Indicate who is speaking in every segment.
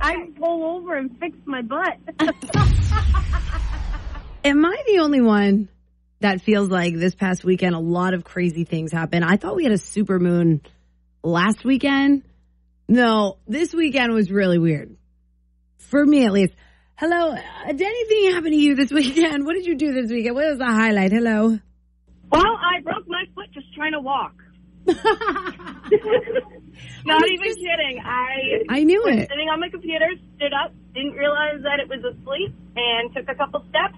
Speaker 1: I pull over and fix my butt.
Speaker 2: Am I the only one that feels like this past weekend a lot of crazy things happened? I thought we had a super moon last weekend. No, this weekend was really weird. For me at least. Hello, uh, did anything happen to you this weekend? What did you do this weekend? What was the highlight? Hello.
Speaker 1: well, I broke my foot just trying to walk. Not even kidding. I
Speaker 2: I knew it.
Speaker 1: sitting on my computer, stood up, didn't realize that it was asleep, and took a couple steps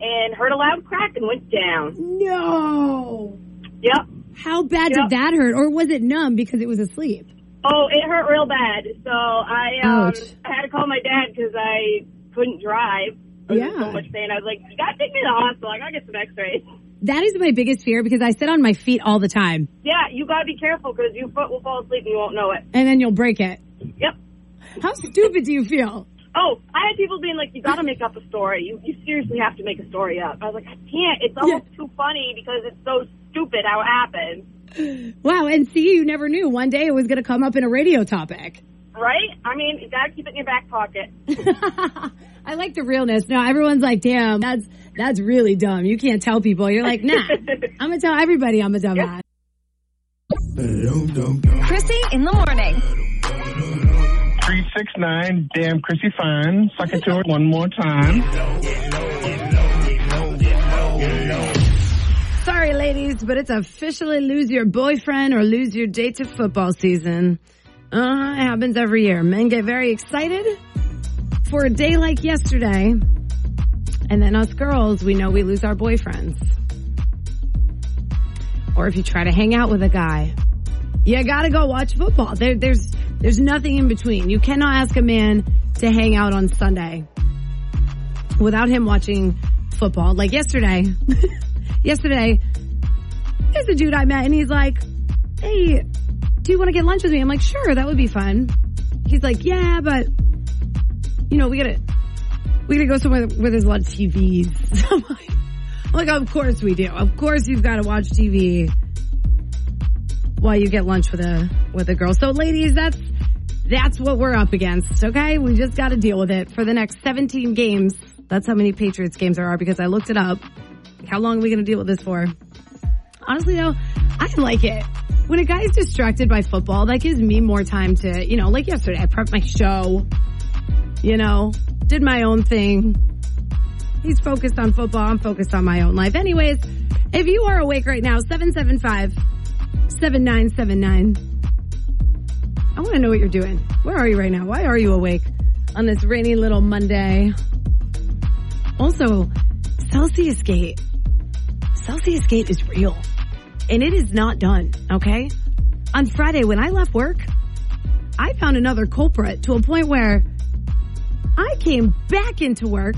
Speaker 1: and heard a loud crack and went down.
Speaker 2: No.
Speaker 1: Yep.
Speaker 2: How bad
Speaker 1: Yep.
Speaker 2: did that hurt? Or was it numb because it was asleep?
Speaker 1: Oh, it hurt real bad. So I um,
Speaker 2: Ouch.
Speaker 1: I had to call my dad because I couldn't drive. I was in
Speaker 2: Yeah.
Speaker 1: So much pain. I was like, you gotta take me to the hospital. I gotta get some X-rays.
Speaker 2: That is my biggest fear because I sit on my feet all the time
Speaker 1: Yeah, you gotta be careful because your foot will fall asleep and you won't know it.
Speaker 2: and then you'll break it.
Speaker 1: Yep.
Speaker 2: How stupid do you feel?
Speaker 1: Oh, I had people being like, "You got to make up a story. You you seriously have to make a story up." I was like, "I can't. It's almost too funny because it's so stupid how it happened,
Speaker 2: Wow, and see, you never knew one day it was going to come up in a radio topic.
Speaker 1: right? I mean, you gotta keep it in your back pocket."
Speaker 2: I like the realness. Now everyone's like, "Damn, that's that's really dumb. You can't tell people." You're like, "Nah, I'm gonna tell everybody I'm a dumbass."
Speaker 3: Chrissy in the morning.
Speaker 4: 369, damn Chrissy Fine. Suck it to it one more time.
Speaker 2: Sorry, ladies, but it's officially lose your boyfriend or lose your date to football season. Uh, it happens every year. Men get very excited for a day like yesterday, and then us girls, we know we lose our boyfriends. Or if you try to hang out with a guy, you gotta go watch football. There, there's there's nothing in between. You cannot ask a man to hang out on Sunday without him watching football. Like yesterday, yesterday, there's a dude I met and he's like, Hey, do you want to get lunch with me? I'm like, sure, that would be fun. He's like, yeah, but you know, we gotta, we gotta go somewhere where there's a lot of TVs. I'm like, I'm like, of course we do. Of course you've got to watch TV while you get lunch with a, with a girl. So ladies, that's, that's what we're up against. Okay. We just got to deal with it for the next 17 games. That's how many Patriots games there are because I looked it up. How long are we going to deal with this for? Honestly though, I like it. When a guy's distracted by football, that gives me more time to, you know, like yesterday, I prepped my show, you know, did my own thing. He's focused on football. I'm focused on my own life. Anyways, if you are awake right now, 775-7979. I want to know what you're doing. Where are you right now? Why are you awake on this rainy little Monday? Also, Celsius Gate. Celsius Gate is real. And it is not done, okay? On Friday, when I left work, I found another culprit to a point where I came back into work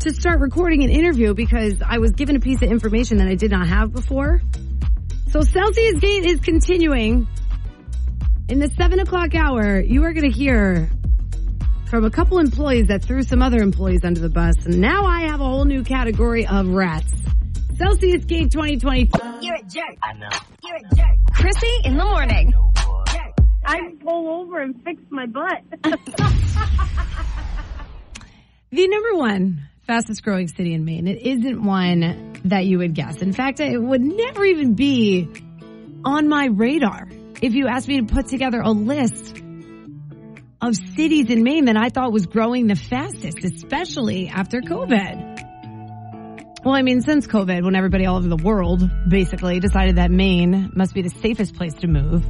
Speaker 2: to start recording an interview because I was given a piece of information that I did not have before. So Celsius Gate is continuing. In the seven o'clock hour, you are going to hear from a couple employees that threw some other employees under the bus. And now I have a whole new category of rats. Celsius Gate 2020.
Speaker 5: You're a jerk. I know. You're a jerk.
Speaker 3: Chrissy in the morning.
Speaker 5: Jerk.
Speaker 1: I pull over and fix my butt.
Speaker 2: The number one fastest growing city in Maine. It isn't one that you would guess. In fact, it would never even be on my radar if you asked me to put together a list of cities in Maine that I thought was growing the fastest, especially after COVID. Well, I mean, since COVID, when everybody all over the world basically decided that Maine must be the safest place to move,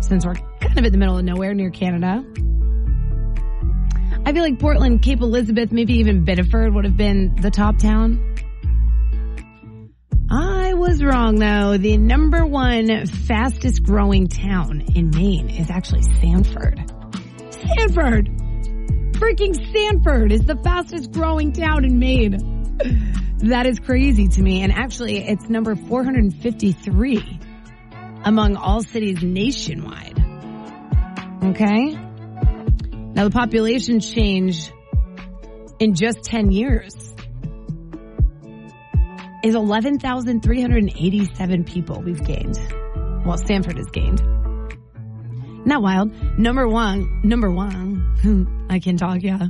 Speaker 2: since we're kind of in the middle of nowhere near Canada. I feel like Portland, Cape Elizabeth, maybe even Biddeford would have been the top town. I was wrong though. The number one fastest growing town in Maine is actually Sanford. Sanford! Freaking Sanford is the fastest growing town in Maine. That is crazy to me. And actually, it's number 453 among all cities nationwide. Okay. Now the population change in just 10 years is 11,387 people we've gained. Well, Stanford has gained. Not wild. Number one, number one. I can talk, yeah.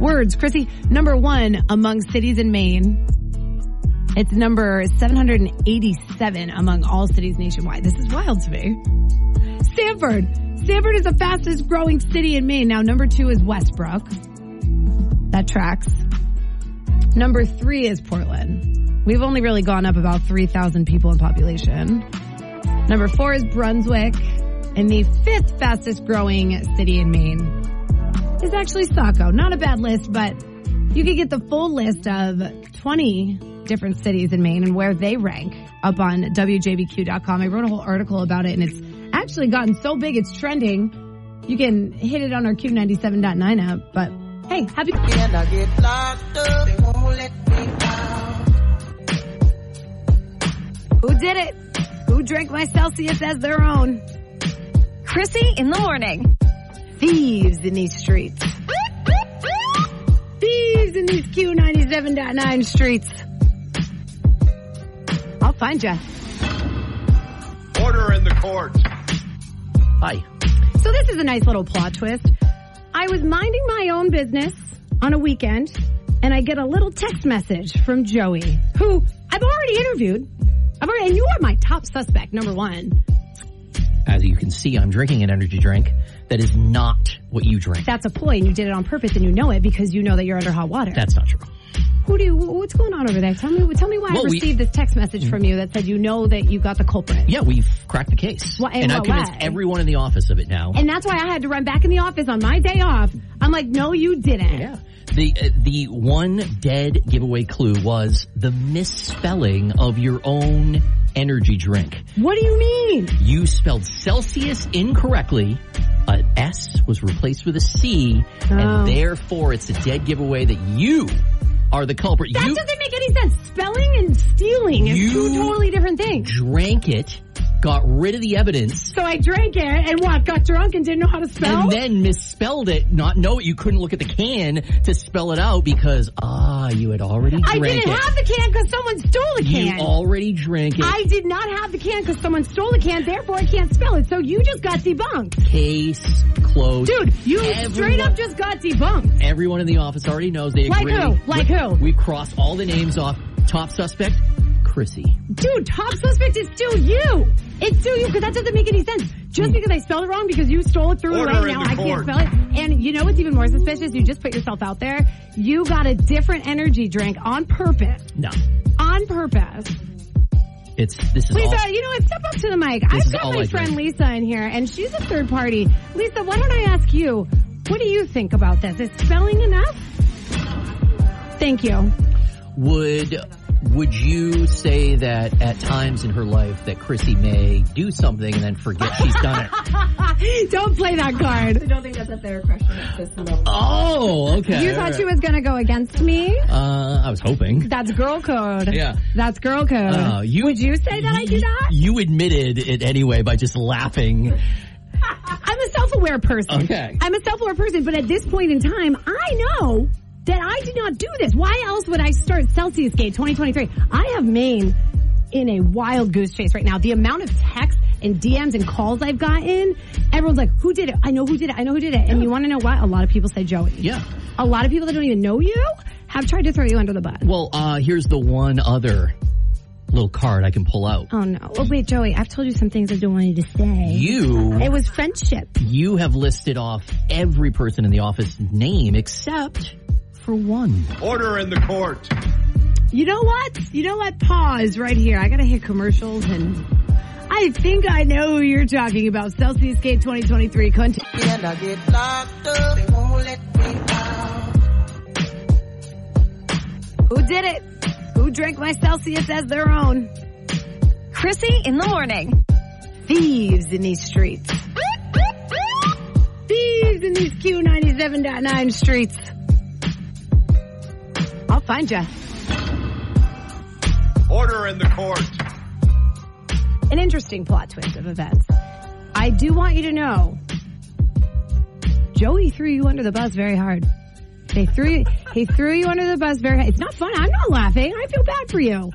Speaker 2: Words, Chrissy. Number one among cities in Maine. It's number 787 among all cities nationwide. This is wild to me. Stanford. Stanford is the fastest growing city in Maine. Now, number two is Westbrook. That tracks. Number three is Portland. We've only really gone up about 3,000 people in population. Number four is Brunswick. And the fifth fastest growing city in Maine is actually Saco. Not a bad list, but you could get the full list of 20 different cities in Maine and where they rank up on WJBQ.com. I wrote a whole article about it and it's actually gotten so big it's trending. You can hit it on our Q97.9 app, but hey, happy. Who did it? Who drank my Celsius as their own?
Speaker 3: Chrissy in the morning.
Speaker 2: Thieves in these streets. Thieves in these Q97.9 streets. I'll find ya.
Speaker 6: Order in the court.
Speaker 2: Bye. So this is a nice little plot twist. I was minding my own business on a weekend and I get a little text message from Joey, who I've already interviewed. I've already, and you are my top suspect, number one.
Speaker 7: As you can see, I'm drinking an energy drink that is not what you drink.
Speaker 2: That's a ploy and you did it on purpose and you know it because you know that you're under hot water.
Speaker 7: That's not true.
Speaker 2: Who do you, wh- what's going on over there? Tell me, tell me why
Speaker 7: Well,
Speaker 2: I
Speaker 7: we-
Speaker 2: received this text message from you that said you know that you got the culprit.
Speaker 7: Yeah, we've cracked the case.
Speaker 2: Wha- in
Speaker 7: and I've
Speaker 2: what
Speaker 7: convinced
Speaker 2: way?
Speaker 7: everyone in the office of it now.
Speaker 2: And that's why I had to run back in the office on my day off. I'm like, no, you didn't.
Speaker 7: yeah. The, uh, the one dead giveaway clue was the misspelling of your own energy drink.
Speaker 2: What do you mean?
Speaker 7: You spelled Celsius incorrectly. An S was replaced with a C,
Speaker 2: Oh.
Speaker 7: and therefore it's a dead giveaway that you are the culprit.
Speaker 2: That
Speaker 7: you
Speaker 2: doesn't make any sense. Spelling and stealing is
Speaker 7: You-
Speaker 2: two totally different things.
Speaker 7: drank it, got rid of the evidence,
Speaker 2: So I drank it and what? Got drunk and didn't know how to spell?
Speaker 7: and then misspelled it, not know it. You couldn't look at the can to spell it out because, ah, you had already
Speaker 2: I
Speaker 7: drank
Speaker 2: didn't
Speaker 7: it.
Speaker 2: have the can because someone stole the
Speaker 7: you
Speaker 2: can.
Speaker 7: already drank it.
Speaker 2: I did not have the can because someone stole the can, therefore I can't spell it. So you just got debunked.
Speaker 7: Case closed.
Speaker 2: Dude, you
Speaker 7: Everyone-
Speaker 2: straight up just got debunked.
Speaker 7: Everyone in the office already knows they
Speaker 2: Like
Speaker 7: agree.
Speaker 2: who? Like who?
Speaker 7: We crossed all the names off. Top suspect, Chrissy.
Speaker 2: Dude, top suspect is still you. It's still you because that doesn't make any sense. Just because I spelled it wrong because you stole it, threw it
Speaker 6: Order
Speaker 2: away,
Speaker 6: in
Speaker 2: now
Speaker 6: the
Speaker 2: I can't
Speaker 6: court.
Speaker 2: spell it. And you know what's even more suspicious? You just put yourself out there. You got a different energy drink on purpose.
Speaker 7: No.
Speaker 2: On purpose.
Speaker 7: It's, this is
Speaker 2: Lisa,
Speaker 7: all.
Speaker 2: you know what? Step up to the mic.
Speaker 7: This
Speaker 2: I've
Speaker 7: is
Speaker 2: got
Speaker 7: all
Speaker 2: my
Speaker 7: I
Speaker 2: friend
Speaker 7: drink.
Speaker 2: Lisa in here, and she's a third party. Lisa, why don't I ask you, what do you think about this? Is spelling enough? Thank you.
Speaker 7: Would would you say that at times in her life that Chrissy may do something and then forget she's done it?
Speaker 2: Don't play that card.
Speaker 8: don't think that's a fair question. It's just no.
Speaker 7: Oh, okay.
Speaker 2: You thought she was going to go against me?
Speaker 7: Uh, I was hoping.
Speaker 2: That's girl code.
Speaker 7: Yeah.
Speaker 2: That's girl code.
Speaker 7: Uh, you,
Speaker 2: Would you say that I do that?
Speaker 7: You admitted it anyway by just laughing.
Speaker 2: I'm a self-aware person.
Speaker 7: Okay.
Speaker 2: I'm a self-aware person, but at this point in time, I know that I did not do this. Why else would I start Celsius Gate 2023? I have Maine in a wild goose chase right now. The amount of texts and DMs and calls I've gotten, everyone's like, who did it? I know who did it. I know who did it. And you want to know what? A lot of people say Joey.
Speaker 7: Yeah.
Speaker 2: A lot of people that don't even know you have tried to throw you under the bus.
Speaker 7: Well, uh, here's the one other little card I can pull out.
Speaker 2: Oh no. Oh wait, Joey, I've told you some things I don't want you to say.
Speaker 7: You
Speaker 2: It was friendship.
Speaker 7: you have listed off every person in the office name except for one.
Speaker 6: Order in the court.
Speaker 2: You know what? You know what? Pause right here. I gotta hit commercials and I think I know who you're talking about. Celsius Gate 2023 content. Who did it? Who drank my Celsius as their own?
Speaker 3: Chrissy in the morning.
Speaker 2: Thieves in these streets. Thieves lives in these Q97.9 streets. I'll find you.
Speaker 6: Order in the court.
Speaker 2: An interesting plot twist of events. I do want you to know Joey threw you under the bus very hard. They threw he threw you under the bus very hard. It's not fun. I'm not laughing. I feel bad for you.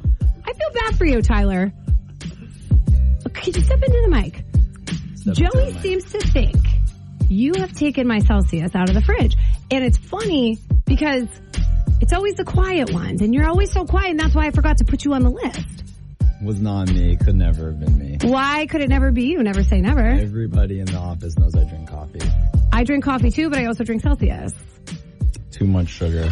Speaker 2: I feel bad for you, Tyler. Okay, just step into the mic.
Speaker 7: Step into
Speaker 2: Joey
Speaker 7: the mic.
Speaker 2: seems to think you have taken my Celsius out of the fridge. And it's funny because it's always the quiet ones, and you're always so quiet, and that's why I forgot to put you on the list.
Speaker 9: Was not me. Could never have been me.
Speaker 2: Why could it never be you? Never say never.
Speaker 9: Everybody in the office knows I drink coffee.
Speaker 2: I drink coffee too, but I also drink Celsius.
Speaker 9: Too much sugar.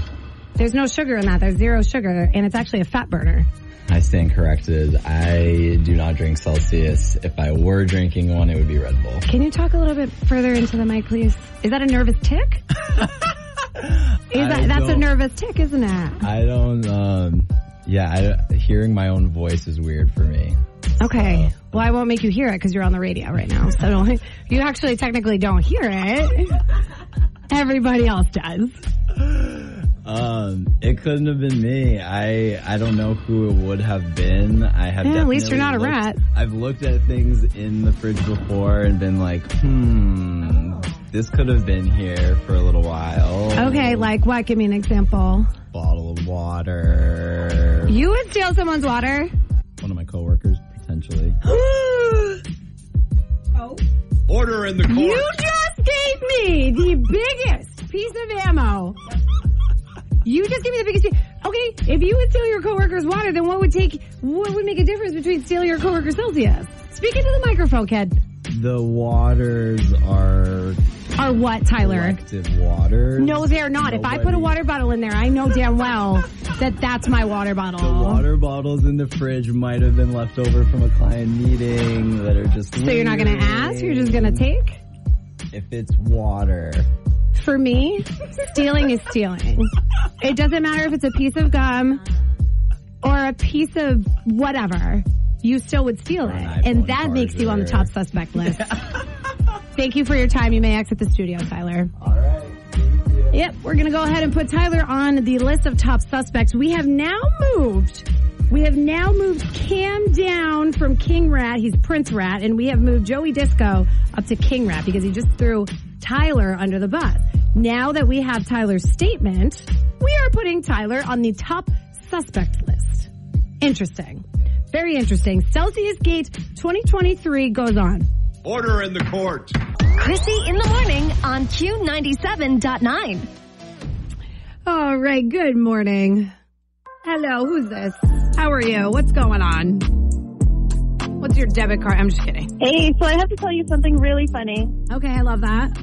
Speaker 2: There's no sugar in that. There's zero sugar, and it's actually a fat burner.
Speaker 9: I stand corrected. I do not drink Celsius. If I were drinking one, it would be Red Bull.
Speaker 2: Can you talk a little bit further into the mic, please? Is that a nervous tick? Is that, that's a
Speaker 9: don't-
Speaker 2: nervous tick, isn't it?
Speaker 9: I don't. Um, yeah, I, hearing my own voice is weird for me.
Speaker 2: Okay. Well, I won't make you hear it because you're on the radio right now. So don't, you actually technically don't hear it. Everybody else does.
Speaker 9: Um, it couldn't have been me. I I don't know who it would have been. I have.
Speaker 2: Yeah, at least
Speaker 9: definitely
Speaker 2: you're not a
Speaker 9: looked-
Speaker 2: rat.
Speaker 9: I've looked at things in the fridge before and been like, hmm, this could have been here for a little while.
Speaker 2: Okay, like what? Give me an example.
Speaker 9: Bottle of water.
Speaker 2: You would steal someone's water.
Speaker 9: One of my coworkers potentially. Oh.
Speaker 6: Order in the court.
Speaker 2: You just gave me the biggest piece of ammo. You just gave me the biggest. pi- Okay, if you would steal your coworker's water, then what would take? What would make a difference between stealing your coworker's Celsius? Speak into the microphone, kid.
Speaker 9: The waters are
Speaker 2: Or what, Tyler?
Speaker 9: collective waters.
Speaker 2: No, they're not. If I put a water bottle in there, I know damn well that that's my water bottle.
Speaker 9: The water bottles in the fridge might have been left over from a client meeting that are just.
Speaker 2: so you're not gonna ask. You're just gonna take.
Speaker 9: If it's water,
Speaker 2: For me, stealing is stealing. It doesn't matter if it's a piece of gum or a piece of whatever. You still would steal it.
Speaker 9: iPhone
Speaker 2: And that makes you on the top
Speaker 9: charger.
Speaker 2: suspect list. Thank you for your time. You may exit the studio, Tyler.
Speaker 9: all right.
Speaker 2: Yep, we're going to go ahead and put Tyler on the list of top suspects. We have now moved. We have now moved Cam down from King Rat. He's Prince Rat. And we have moved Joey Disco up to King Rat because he just threw Tyler under the bus. Now that we have Tyler's statement, we are putting Tyler on the top suspect list. Interesting. Very interesting. Celsius Gate 2023 goes on.
Speaker 6: Order in the court.
Speaker 3: Chrissy in the morning on Q97.9.
Speaker 2: All right, good morning. Hello, who's this? How are you? What's going on? What's your debit card? I'm just kidding.
Speaker 10: Hey, so I have to tell you something really funny.
Speaker 2: Okay, I love that.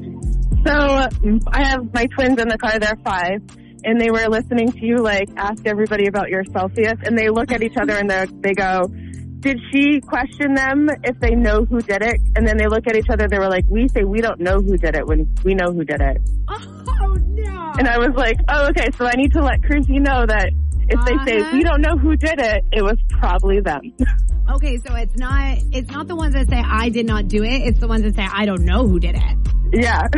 Speaker 10: So I have my twins in the car, they're five, and they were listening to you like ask everybody about your Celsius, and they look at each other and they they go, "Did she question them if they know who did it?" And then they look at each other, they were like, "We say we don't know who did it when we know who did it."
Speaker 2: Oh no!
Speaker 10: And I was like, "Oh, okay, so I need to let Chrissy know that." If they
Speaker 2: Uh-huh.
Speaker 10: say we don't know who did it, it was probably them.
Speaker 2: Okay, so it's not it's not the ones that say I did not do it. It's the ones that say I don't know who did it.
Speaker 10: yeah.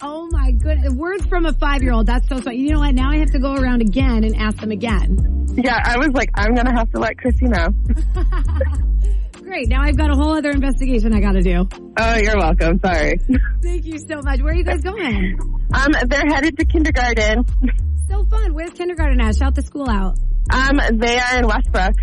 Speaker 2: Oh my goodness! Words from a five year old. That's so sweet. You know what? Now I have to go around again and ask them again.
Speaker 10: Yeah, I was like, I'm gonna have to let Chrissy know.
Speaker 2: Great. Now I've got a whole other investigation I got to do.
Speaker 10: Oh, you're welcome. Sorry.
Speaker 2: Thank you so much. Where are you guys going?
Speaker 10: Um, they're headed to kindergarten.
Speaker 2: So fun. Where's kindergarten at? Shout the school out.
Speaker 10: Um, they are in Westbrook,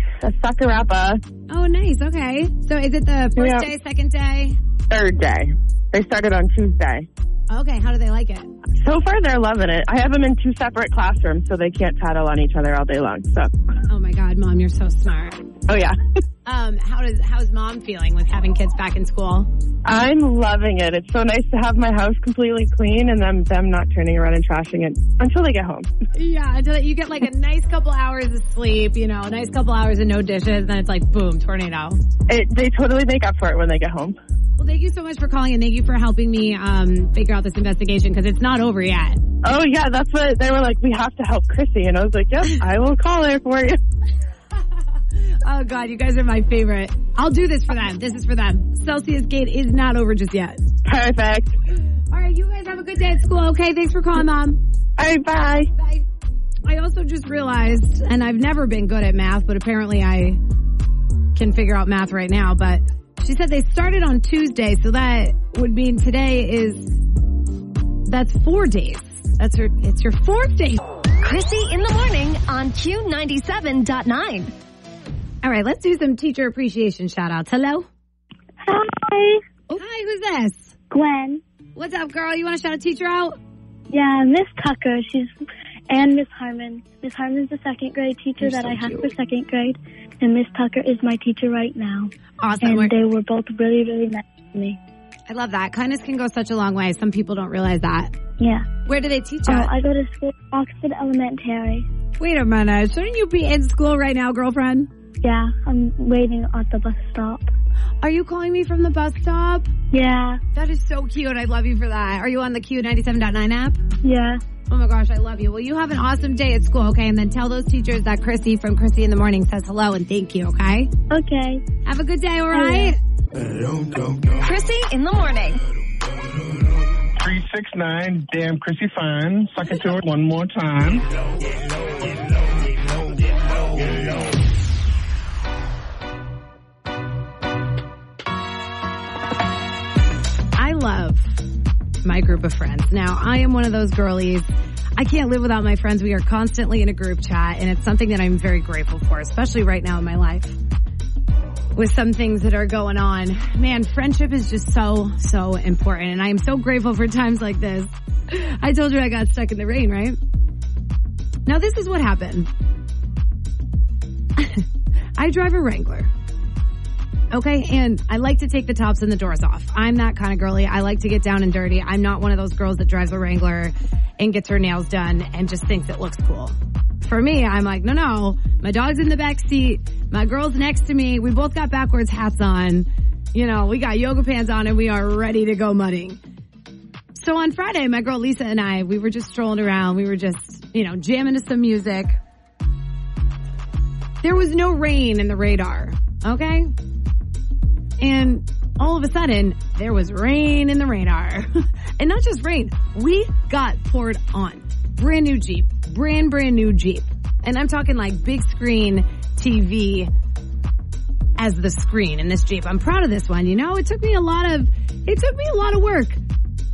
Speaker 10: Sakurapa,
Speaker 2: Oh, nice. Okay. So is it the first
Speaker 10: Yeah.
Speaker 2: day, second day?
Speaker 10: third day. They started on Tuesday.
Speaker 2: Okay. How do they like it?
Speaker 10: So far, they're loving it. I have them in two separate classrooms, so they can't tattle on each other all day long. So,
Speaker 2: Oh my God, mom, you're so smart.
Speaker 10: oh yeah,
Speaker 2: Um, how does how's mom feeling with having kids back in school?
Speaker 10: I'm loving it. It's so nice to have my house completely clean and them them not turning around and trashing it until they get home.
Speaker 2: Yeah, until you get like a nice couple hours of sleep, you know, a nice couple hours of no dishes, then it's like boom, tornado.
Speaker 10: It, they totally make up for it when they get home.
Speaker 2: Well, thank you so much for calling and thank you for helping me um, figure out this investigation because it's not over yet.
Speaker 10: Oh yeah, that's what they were like. We have to help Chrissy, and I was like, yep, I will call her for you.
Speaker 2: Oh God, you guys are my favorite. I'll do this for them. This is for them. Celsius Gate is not over just yet.
Speaker 10: Perfect.
Speaker 2: All right, you guys have a good day at school. Okay, thanks for calling, Mom.
Speaker 10: All right, bye.
Speaker 2: Bye. I also just realized, and I've never been good at math, but apparently I can figure out math right now. But she said they started on Tuesday, so that would mean today is that's four days. That's her. It's your fourth day.
Speaker 3: Chrissy in the morning on Q97.9.
Speaker 2: All right, let's do some teacher appreciation shout outs. Hello.
Speaker 11: Hi.
Speaker 2: Oh, hi, who's this?
Speaker 11: Gwen.
Speaker 2: What's up, girl? You want to shout a teacher out?
Speaker 11: Yeah, Miss Tucker. She's and Miss Harmon. Miss Harmon's the second grade teacher
Speaker 2: You're
Speaker 11: that
Speaker 2: so
Speaker 11: I had
Speaker 2: cute.
Speaker 11: for second grade, and Miss Tucker is my teacher right now.
Speaker 2: Awesome.
Speaker 11: And
Speaker 2: We're-
Speaker 11: they were both really, really nice to me.
Speaker 2: I love that. Kindness can go such a long way. Some people don't realize that.
Speaker 11: Yeah.
Speaker 2: Where do they teach
Speaker 11: Uh,
Speaker 2: at?
Speaker 11: I go to school at Oxford Elementary.
Speaker 2: Wait a minute. Shouldn't you be in school right now, girlfriend?
Speaker 11: Yeah, I'm waiting at the bus stop.
Speaker 2: Are you calling me from the bus stop?
Speaker 11: Yeah.
Speaker 2: That is so cute. I love you for that. Are you on the Q97.9 app?
Speaker 11: Yeah.
Speaker 2: Oh my gosh, I love you. Well, you have an awesome day at school, okay? And then tell those teachers that Chrissy from Chrissy in the Morning says hello and thank you, okay?
Speaker 11: Okay. Oh,
Speaker 2: Have a good day, all right?
Speaker 3: Chrissy in the morning.
Speaker 4: 369, damn Chrissy Fine. Suck it to her one more time.
Speaker 2: Oh, I love my group of friends. Now, I am one of those girlies. I can't live without my friends. We are constantly in a group chat, and it's something that I'm very grateful for, especially right now in my life with some things that are going on. Man, friendship is just so, so important, and I am so grateful for times like this. I told you I got stuck in the rain, right? Now, this is what happened. I drive a Wrangler. Okay, and I like to take the tops and the doors off. I'm that kind of girly. I like to get down and dirty. I'm not one of those girls that drives a Wrangler and gets her nails done and just thinks it looks cool. For me, I'm like, no, no, my dog's in the back seat. My girl's next to me. We both got backwards hats on. You know, we got yoga pants on and we are ready to go mudding. So on Friday, my girl Lisa and I, we were just strolling around. We were just, you know, jamming to some music. There was no rain in the radar. Okay. And all of a sudden, there was rain in the radar. and not just rain, we got poured on. Brand new Jeep, brand, brand new Jeep. And I'm talking like big screen TV as the screen in this Jeep. I'm proud of this one. You know, it took me a lot of, it took me a lot of work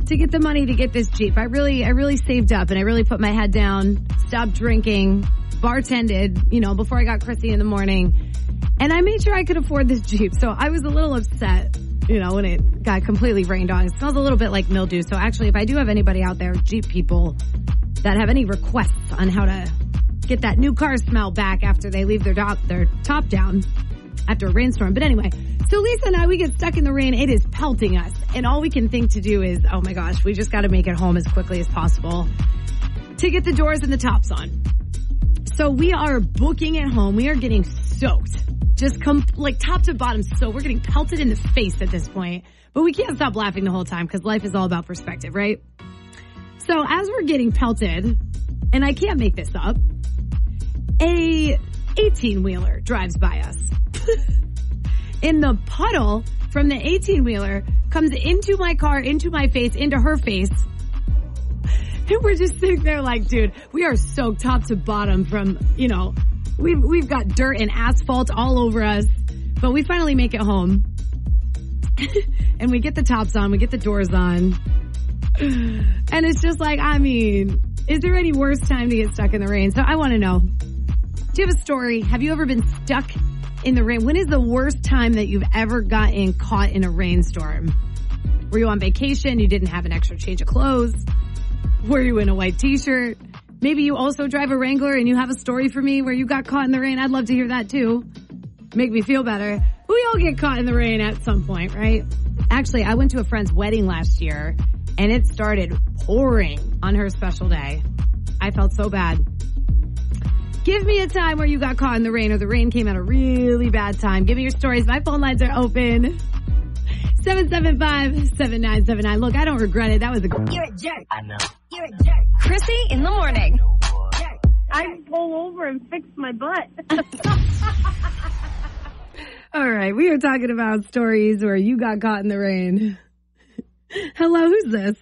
Speaker 2: to get the money to get this Jeep. I really, I really saved up and I really put my head down, stopped drinking, bartended, you know, before I got Chrissy in the morning. And I made sure I could afford this Jeep. So I was a little upset, you know, when it got completely rained on. It smells a little bit like mildew. So actually, if I do have anybody out there, Jeep people, that have any requests on how to get that new car smell back after they leave their top, their top down after a rainstorm. But anyway, so Lisa and I, we get stuck in the rain. It is pelting us. And all we can think to do is, oh my gosh, we just got to make it home as quickly as possible to get the doors and the tops on. So we are booking it home. We are getting soaked. Just come like top to bottom. So we're getting pelted in the face at this point, but we can't stop laughing the whole time because life is all about perspective, right? So as we're getting pelted, and I can't make this up, a 18 wheeler drives by us. In the puddle from the 18 wheeler comes into my car, into my face, into her face. And we're just sitting there like, dude, we are soaked top to bottom from, you know, we've, we've got dirt and asphalt all over us, but we finally make it home and we get the tops on, we get the doors on. And it's just like, I mean, is there any worse time to get stuck in the rain? So I want to know. Do you have a story? Have you ever been stuck in the rain? When is the worst time that you've ever gotten caught in a rainstorm? Were you on vacation? You didn't have an extra change of clothes? Were you in a white t-shirt? Maybe you also drive a Wrangler and you have a story for me where you got caught in the rain. I'd love to hear that too make me feel better. We all get caught in the rain at some point, right? Actually, I went to a friend's wedding last year and it started pouring on her special day. I felt so bad. Give me a time where you got caught in the rain or the rain came at a really bad time. Give me your stories. My phone lines are open. 775-7979. Look, I don't regret it. That was a
Speaker 5: You're a jerk. I know. You're a jerk.
Speaker 3: Chrissy in the morning.
Speaker 1: I roll over and fix my butt.
Speaker 2: All right, we are talking about stories where you got caught in the rain. Hello, who's this?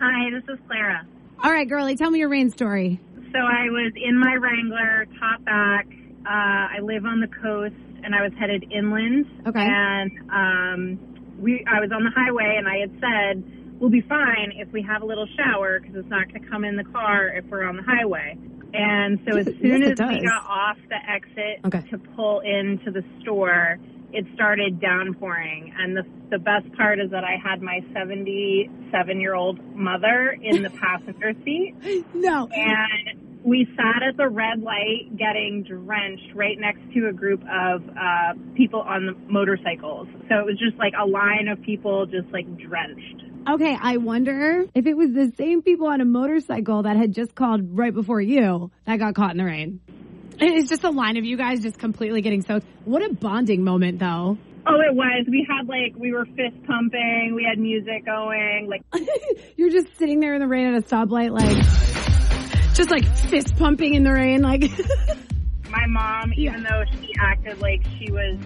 Speaker 12: Hi, this is Clara.
Speaker 2: All right, girlie, tell me your rain story.
Speaker 12: So I was in my Wrangler, top back. Uh, I live on the coast, and I was headed inland.
Speaker 2: Okay.
Speaker 12: And um, we, I was on the highway, and I had said, "We'll be fine if we have a little shower because it's not going to come in the car if we're on the highway." And so as
Speaker 2: Yes,
Speaker 12: soon
Speaker 2: it
Speaker 12: as we
Speaker 2: does.
Speaker 12: got off the exit
Speaker 2: Okay.
Speaker 12: to pull into the store, it started downpouring. And the, the best part is that I had my 77 year old mother in the passenger seat.
Speaker 2: No.
Speaker 12: And we sat at the red light getting drenched right next to a group of uh, people on the motorcycles. So it was just like a line of people just like drenched.
Speaker 2: Okay, I wonder if it was the same people on a motorcycle that had just called right before you that got caught in the rain. It's just a line of you guys just completely getting soaked. What a bonding moment, though.
Speaker 12: Oh, it was. We had like, we were fist pumping, we had music going, like,
Speaker 2: You're just sitting there in the rain at a stoplight, like, just like fist pumping in the rain, like,
Speaker 12: My mom, even though she acted like she was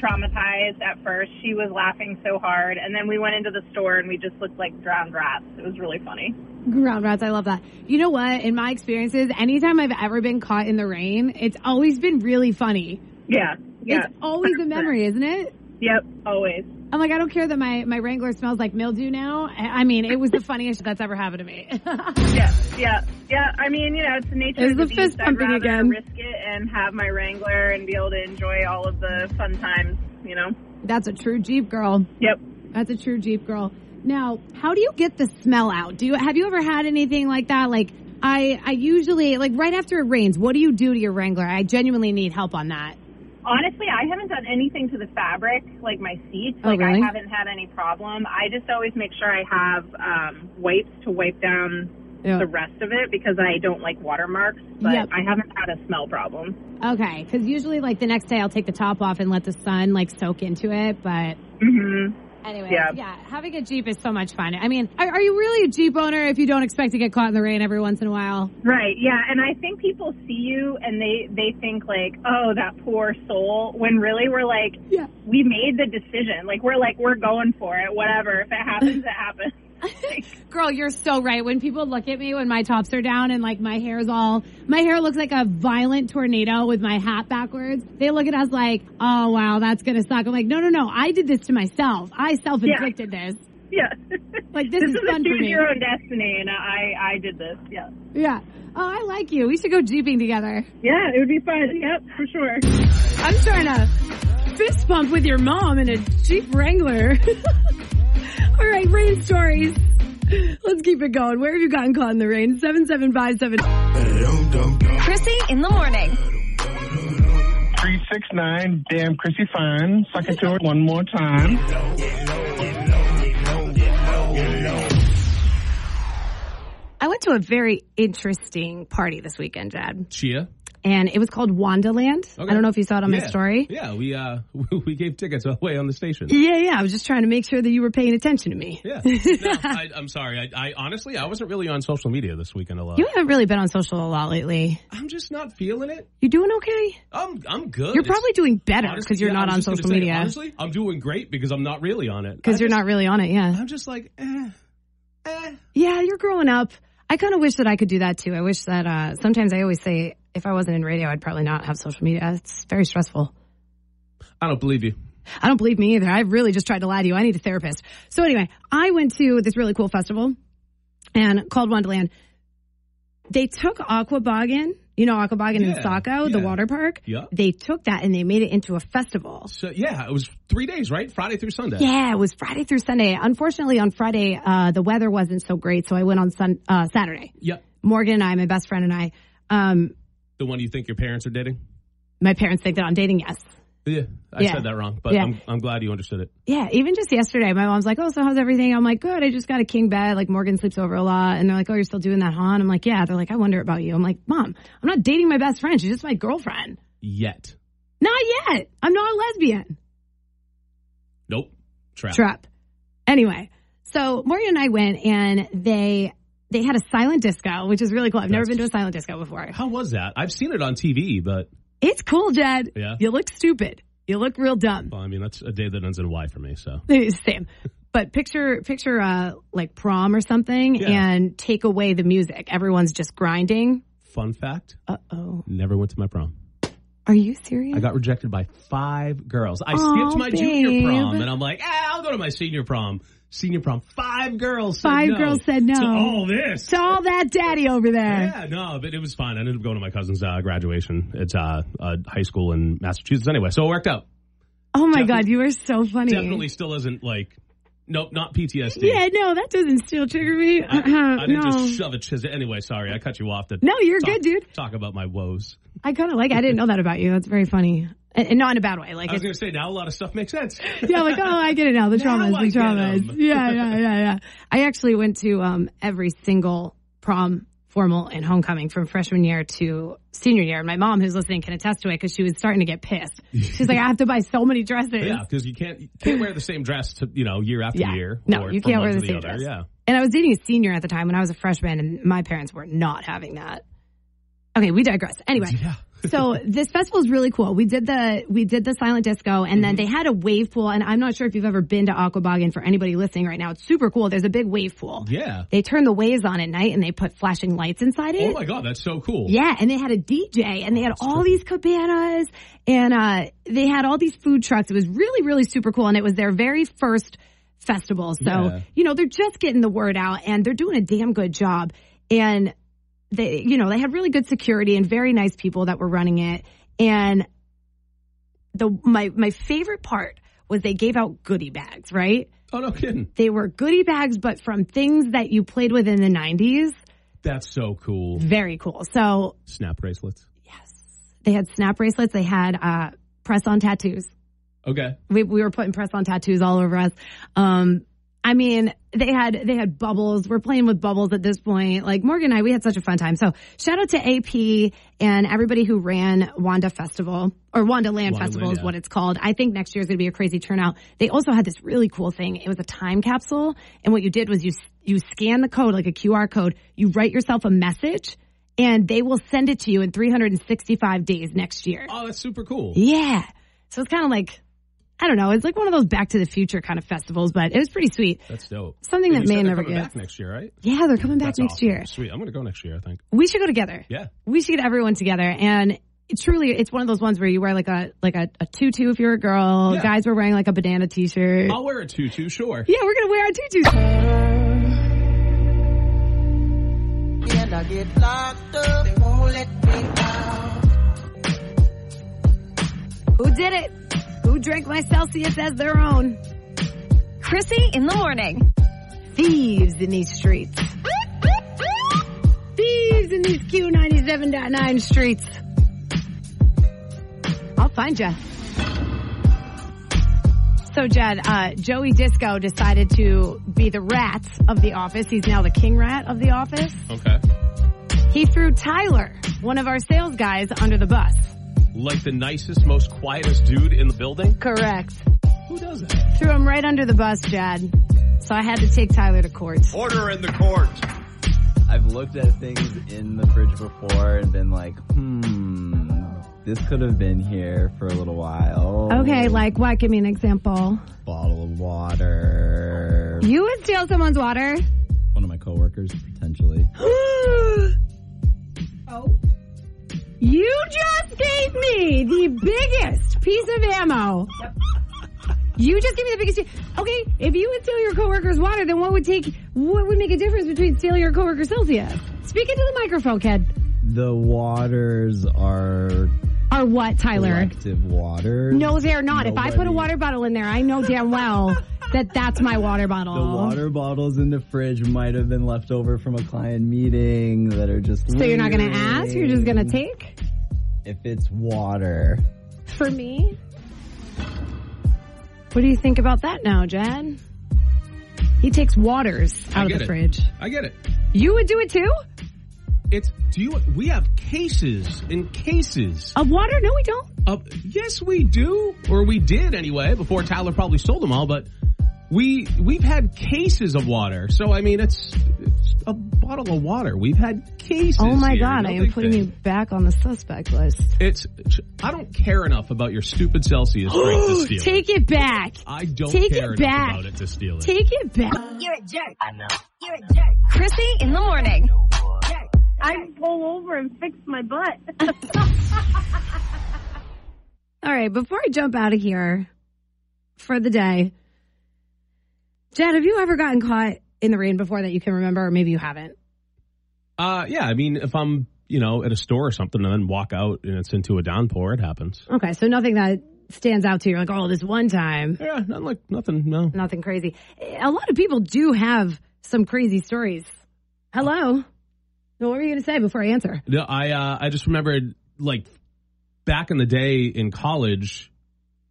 Speaker 12: traumatized at first, she was laughing so hard. And then we went into the store and we just looked like drowned rats. It was really funny.
Speaker 2: ground rats. I love that. You know what? In my experiences, anytime I've ever been caught in the rain, it's always been really funny.
Speaker 12: Yeah. Yeah.
Speaker 2: It's always a memory, isn't it?
Speaker 12: Yep. Always.
Speaker 2: I'm like, I don't care that my, my Wrangler smells like mildew now. I I mean, it was the funniest shit that's ever happened to me.
Speaker 12: yeah. Yeah. Yeah. I mean, you know, it's the nature
Speaker 2: There's
Speaker 12: of the,
Speaker 2: the fist
Speaker 12: beast. I'd
Speaker 2: pumping
Speaker 12: rather
Speaker 2: again.
Speaker 12: risk it and have my Wrangler and be able to enjoy all of the fun times, you know?
Speaker 2: That's a true Jeep girl.
Speaker 12: Yep.
Speaker 2: That's a true Jeep girl. Now, how do you get the smell out? Do you have you ever had anything like that? Like I I usually like right after it rains, what do you do to your Wrangler? I genuinely need help on that.
Speaker 12: Honestly, I haven't done anything to the fabric, like my seats.
Speaker 2: Oh,
Speaker 12: like
Speaker 2: really?
Speaker 12: I haven't had any problem. I just always make sure I have um, wipes to wipe down
Speaker 2: Yeah.
Speaker 12: the rest of it because I don't like watermarks. But
Speaker 2: Yep.
Speaker 12: I haven't had a smell problem.
Speaker 2: Okay, cuz usually like the next day I'll take the top off and let the sun like soak into it, but
Speaker 12: hmm
Speaker 2: anyway,
Speaker 12: Yeah.
Speaker 2: having a Jeep is so much fun. I mean, are, are you really a Jeep owner if you don't expect to get caught in the rain every once in a while?
Speaker 12: Right. Yeah. And I think people see you and they they think like, oh, that poor soul. When really we're like,
Speaker 2: yeah.
Speaker 12: we made the decision. Like we're like we're going for it. Whatever. If it happens, it happens.
Speaker 2: Girl, you're so right. When people look at me when my tops are down and like my hair's all, my hair looks like a violent tornado with my hat backwards. They look at us like, oh wow, that's gonna suck. I'm like, no, no, no. I did this to myself. I self-inflicted this.
Speaker 12: Yeah.
Speaker 2: Like this,
Speaker 12: this
Speaker 2: is,
Speaker 12: is
Speaker 2: fun
Speaker 12: a
Speaker 2: for
Speaker 12: choose
Speaker 2: me.
Speaker 12: your own destiny, and I I did this. Yeah.
Speaker 2: Yeah. Oh, I like you. We should go jeeping together.
Speaker 12: Yeah, it would be fun. Yep, for sure.
Speaker 2: I'm trying to fist bump with your mom in a Jeep Wrangler. All right, rain stories. Let's keep it going. Where have you gotten caught in the rain? 7757.
Speaker 3: Chrissy in the morning.
Speaker 4: 369, damn Chrissy Fine. Suck it to her one more time.
Speaker 2: I went to a very interesting party this weekend, Jad,
Speaker 13: Chia.
Speaker 2: and it was called Wandaland. I don't know if you saw it on
Speaker 13: yeah.
Speaker 2: my story.
Speaker 13: Yeah, we uh we gave tickets away on the station.
Speaker 2: Yeah, yeah. I was just trying to make sure that you were paying attention to me.
Speaker 13: Yeah. No, I, I'm sorry. I, I honestly I wasn't really on social media this weekend a lot.
Speaker 2: You haven't really been on social a lot lately.
Speaker 13: I'm just not feeling it.
Speaker 2: You doing okay?
Speaker 13: I'm I'm good.
Speaker 2: You're probably doing better
Speaker 13: honestly,
Speaker 2: because you're
Speaker 13: yeah,
Speaker 2: not
Speaker 13: I
Speaker 2: on
Speaker 13: was just gonna
Speaker 2: social
Speaker 13: say,
Speaker 2: media.
Speaker 13: Honestly, I'm doing great because I'm not really on it.
Speaker 2: Because you're not really on it, yeah.
Speaker 13: I'm just like, eh, eh.
Speaker 2: Yeah, you're growing up. I kind of wish that I could do that too. I wish that uh, sometimes I always say if I wasn't in radio, I'd probably not have social media. It's very stressful.
Speaker 13: I don't believe you.
Speaker 2: I don't believe me either. I really just tried to lie to you. I need a therapist. So anyway, I went to this really cool festival and called Wonderland. They took Aquaboggin, you know, Aquaboggin in
Speaker 13: Yeah,
Speaker 2: Saco, the
Speaker 13: yeah.
Speaker 2: water park.
Speaker 13: Yeah.
Speaker 2: They took that and they made it into a festival.
Speaker 13: So yeah, it was three days, right? Friday through Sunday.
Speaker 2: Yeah, it was Friday through Sunday. Unfortunately, on Friday, uh, the weather wasn't so great, so I went on sun- uh, Saturday.
Speaker 13: Yep.
Speaker 2: Morgan and I, my best friend and I, um,
Speaker 13: The one you think your parents are dating?
Speaker 2: my parents think that I'm dating. Yes.
Speaker 13: Yeah. I
Speaker 2: Yeah.
Speaker 13: said that wrong, but
Speaker 2: Yeah.
Speaker 13: I'm I'm glad you understood it.
Speaker 2: Yeah, even just yesterday, my mom's like, "Oh, so how's everything?" I'm like, "Good. I just got a king bed. Like Morgan sleeps over a lot." And they're like, "Oh, you're still doing that, huh?" And I'm like, "Yeah." They're like, "I wonder about you." I'm like, "Mom, I'm not dating my best friend. She's just my girlfriend.
Speaker 13: Yet.
Speaker 2: Not yet. I'm not a lesbian."
Speaker 13: Nope. Trap.
Speaker 2: Trap. Anyway, so Morgan and I went, and they they had a silent disco, which is really cool. I've never been to a silent disco before.
Speaker 13: How was that? I've seen it on TV, but
Speaker 2: It's cool, Jed.
Speaker 13: Yeah.
Speaker 2: You look stupid. You look real dumb.
Speaker 13: well, I mean that's a day that ends in Y for me. So
Speaker 2: Same. But picture picture uh like prom or something
Speaker 13: Yeah.
Speaker 2: and take away the music. Everyone's just grinding.
Speaker 13: Fun fact
Speaker 2: Uh-oh.
Speaker 13: never went to my prom.
Speaker 2: Are you serious?
Speaker 13: I got rejected by five girls. I
Speaker 2: Aw,
Speaker 13: skipped my junior
Speaker 2: babe.
Speaker 13: prom and I'm like, ah, I'll go to my senior prom. Senior prom. Five girls said
Speaker 2: Five
Speaker 13: no
Speaker 2: girls said no.
Speaker 13: To all this.
Speaker 2: To all that daddy over there.
Speaker 13: Yeah, no, but it was fine. I ended up going to my cousin's uh, graduation at uh, uh, high school in Massachusetts anyway. So it worked out.
Speaker 2: Oh my god, you are so funny.
Speaker 13: Definitely still isn't like, nope, not PTSD.
Speaker 2: Yeah, no, that doesn't still trigger me. Uh-huh,
Speaker 13: I didn't
Speaker 2: no.
Speaker 13: just shove a chisel. Anyway, sorry, I cut you off. To
Speaker 2: No, you're
Speaker 13: talk-
Speaker 2: good, dude.
Speaker 13: Talk about my woes.
Speaker 2: I kind of like. I didn't know that about you. That's very funny, and, and not in a bad way. Like,
Speaker 13: I was
Speaker 2: it's,
Speaker 13: going to say now a lot of stuff makes sense.
Speaker 2: yeah, like oh, I get it now. The
Speaker 13: Now
Speaker 2: traumas,
Speaker 13: I get
Speaker 2: the traumas.
Speaker 13: 'em.
Speaker 2: Yeah, yeah, yeah, yeah. I actually went to um, every single prom, formal, and homecoming from freshman year to senior year. And my mom, who's listening, can attest to it because she was starting to get pissed. She's like, I have to buy so many dresses.
Speaker 13: Yeah, because you can't you can't wear the same dress to, you know year after
Speaker 2: Yeah.
Speaker 13: year.
Speaker 2: No,
Speaker 13: or
Speaker 2: you
Speaker 13: from
Speaker 2: can't
Speaker 13: one
Speaker 2: wear
Speaker 13: to
Speaker 2: the same
Speaker 13: other.
Speaker 2: dress.
Speaker 13: Yeah,
Speaker 2: And I was dating a senior at the time when I was a freshman, and my parents were not having that. Okay, we digress. Anyway, so this festival is really cool. We did the we did the silent disco, and
Speaker 13: Mm-hmm.
Speaker 2: then they had a wave pool. And I'm not sure if you've ever been to Aquabogan. For anybody listening right now, it's super cool. There's a big wave pool.
Speaker 13: yeah.
Speaker 2: They turn the waves on at night, and they put flashing lights inside it.
Speaker 13: Oh my god, that's so cool.
Speaker 2: Yeah, and they had a DJ and they had all these cabanas and uh, they had all these food trucks. It was really, really super cool. And it was their very first festival. So,
Speaker 14: Yeah.
Speaker 2: you know, they're just getting the word out and they're doing a damn good job. And they, you know, they had really good security and very nice people that were running it. And the my my favorite part was they gave out goodie bags, right?
Speaker 13: Oh no, kidding.
Speaker 2: They were goodie bags, but from things that you played with in the '90s.
Speaker 13: That's so cool.
Speaker 2: Very cool. So
Speaker 13: Snap bracelets.
Speaker 2: They had snap bracelets. They had uh, press on tattoos.
Speaker 13: Okay.
Speaker 2: We, we were putting press on tattoos all over us. Um, I mean, they had they had bubbles. We're playing with bubbles at this point. Like Morgan and I, we had such a fun time. So shout out to AP and everybody who ran Wanda Festival or Wanda Land
Speaker 14: Wanda
Speaker 2: Festival
Speaker 14: Land,
Speaker 2: is
Speaker 14: yeah.
Speaker 2: what it's called. I think next year is going to be a crazy turnout. They also had this really cool thing. It was a time capsule, and what you did was you you scan the code like a QR code. You write yourself a message, and they will send it to you in 365 days next year.
Speaker 13: Oh, that's super cool.
Speaker 2: Yeah. So it's kind of like, I don't know, it's like one of those Back to the Future kind of festivals, but it was pretty sweet.
Speaker 13: That's dope.
Speaker 2: Something
Speaker 13: And
Speaker 2: that
Speaker 13: you said
Speaker 2: Maine
Speaker 13: they're
Speaker 2: never
Speaker 13: coming
Speaker 2: gets.
Speaker 13: back next year, right?
Speaker 2: Yeah, they're coming back
Speaker 13: That's
Speaker 2: next
Speaker 13: awesome.
Speaker 2: year.
Speaker 13: Sweet. I'm gonna go next year. I think.
Speaker 2: We should go together.
Speaker 13: Yeah.
Speaker 2: We should get everyone together. And it truly, it's one of those ones where you wear like a like a, a tutu if you're a girl.
Speaker 13: Yeah.
Speaker 2: Guys were wearing like a banana t-shirt.
Speaker 13: I'll wear a tutu. Sure.
Speaker 2: yeah, we're gonna wear our tutus.
Speaker 14: And I get locked up, they won't let me out.
Speaker 2: Who did it? Who drank my Celsius as their own?
Speaker 3: Chrissy in the morning.
Speaker 2: Thieves in these streets. Thieves in these Q97.9 streets. I'll find you. So, Jed, uh, Joey Disco decided to be the rat of the office. He's now the king rat of the office.
Speaker 13: Okay.
Speaker 2: He threw Tyler, one of our sales guys, under the bus.
Speaker 13: Like the nicest, most quietest dude in the building.
Speaker 2: Correct.
Speaker 13: Who does that?
Speaker 2: Threw him right under the bus, Jed. So I had to take Tyler to court.
Speaker 9: Order in the court. I've looked at things in the fridge before and been like, hmm, this could have been here for a little while.
Speaker 2: Okay, like what? Give me an example.
Speaker 9: Bottle of water.
Speaker 2: You would steal someone's water.
Speaker 9: One of my coworkers, potentially.
Speaker 2: oh. You just gave me the biggest piece of ammo. You just gave me the biggest. Okay, if you would steal your coworker's water, then what would take? What would make a difference between stealing your coworker's Celsius? Speak into the microphone, kid.
Speaker 9: The waters are
Speaker 2: Are what, Tyler?
Speaker 9: collective waters.
Speaker 2: No, they're not. If I put a
Speaker 9: Nobody-
Speaker 2: water bottle in there, I know damn well that that's my water bottle.
Speaker 9: The water bottles in the fridge might have been left over from a client meeting that are just.
Speaker 2: So you're not gonna
Speaker 9: lingering.
Speaker 2: ask. You're just gonna take.
Speaker 9: If it's water,
Speaker 2: For me? What do you think about that now, Jad? He takes waters
Speaker 13: I
Speaker 2: out of
Speaker 13: get
Speaker 2: the
Speaker 13: it.
Speaker 2: fridge.
Speaker 13: I get it.
Speaker 2: You would do it too?
Speaker 13: It's do you? We have cases and cases.
Speaker 2: Of water? No, we don't.
Speaker 13: Uh, yes, we do, or we did anyway. Before Tyler probably sold them all, but we we've had cases of water. So I mean, it's just a bottle of water. We've had cases.
Speaker 2: Oh my
Speaker 13: here,
Speaker 2: god, I am
Speaker 13: nothing
Speaker 2: putting you back on the suspect list.
Speaker 13: It's. I don't care enough about your stupid Celsius drink to steal. it.
Speaker 2: Take it back.
Speaker 13: I don't
Speaker 2: Take
Speaker 13: care
Speaker 2: it
Speaker 13: enough
Speaker 2: back.
Speaker 13: about it to steal it.
Speaker 2: Take it back.
Speaker 5: You're a jerk. I know. You're a
Speaker 3: Chrissy in the morning.
Speaker 1: I can pull over and fix my butt.
Speaker 2: All right, before I jump out of here for the day, Jed, have you ever gotten caught in the rain before that you can remember, or maybe you haven't?
Speaker 13: Uh, yeah, I mean, if I'm you know at a store or something and then walk out and it's into a downpour, it happens.
Speaker 2: Okay, so nothing that stands out to you, like, oh, this one time.
Speaker 13: Yeah, not like nothing, no.
Speaker 2: Nothing crazy. A lot of people do have some crazy stories. Hello? What were you going to say before I answer?
Speaker 13: No, I uh, I just remembered like back in the day in college,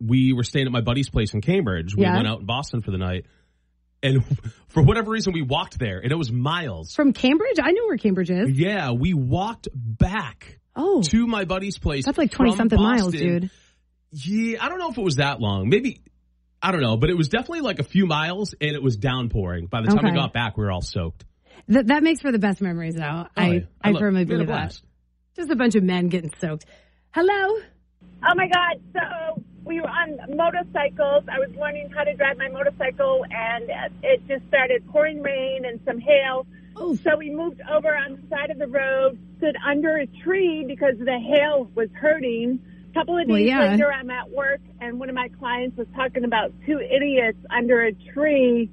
Speaker 13: we were staying at my buddy's place in Cambridge. We
Speaker 2: Yeah.
Speaker 13: went out in Boston for the night, and for whatever reason, we walked there, and it was miles.
Speaker 2: From Cambridge? I know where Cambridge is.
Speaker 13: Yeah, we walked back.
Speaker 2: Oh,
Speaker 13: to my buddy's place.
Speaker 2: That's like 20
Speaker 13: from
Speaker 2: something miles,
Speaker 13: Boston.
Speaker 2: dude.
Speaker 13: Yeah, I don't know if it was that long. Maybe I don't know, but it was definitely like a few miles, and it was downpouring. By the time we
Speaker 2: Okay.
Speaker 13: got back, we were all soaked.
Speaker 2: That, that makes for the best memories, though. I,
Speaker 13: Oh, yeah.
Speaker 2: I,
Speaker 13: I love-
Speaker 2: firmly
Speaker 13: we had a
Speaker 2: believe that.
Speaker 13: blast.
Speaker 2: Just a bunch of men getting soaked. Hello?
Speaker 15: Oh my God. So we were on motorcycles. I was learning how to drive my motorcycle, and it just started pouring rain and some hail.
Speaker 2: Oh.
Speaker 15: So we moved over on the side of the road, stood under a tree because the hail was hurting. couple of days
Speaker 2: Well, yeah.
Speaker 15: later, I'm at work, and one of my clients was talking about two idiots under a tree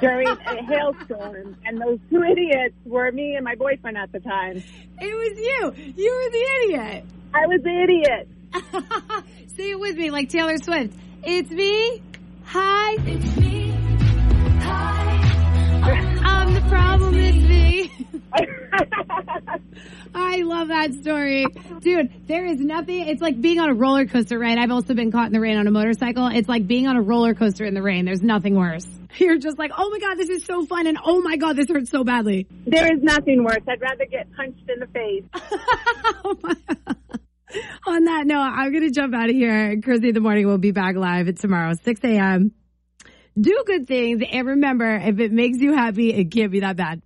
Speaker 15: during a hailstorm. And those two idiots were me and my boyfriend at the time.
Speaker 2: It was you. You were the idiot.
Speaker 15: I was the idiot.
Speaker 2: Say it with me, like Taylor Swift. It's me. Hi. It's me. Hi. I'm Um, the problem. It's me. I love that story. Dude, there is nothing. It's like being on a roller coaster, right? I've also been caught in the rain on a motorcycle. It's like being on a roller coaster in the rain. There's nothing worse. You're just like, oh my God, this is so fun. And oh my God, this hurts so badly.
Speaker 15: There is nothing worse. I'd rather get punched in the face.
Speaker 2: on that note, I'm going to jump out of here. Chrissy in the morning will be back live at tomorrow, 6 a.m. Do good things and remember, if it makes you happy, it can't be that bad.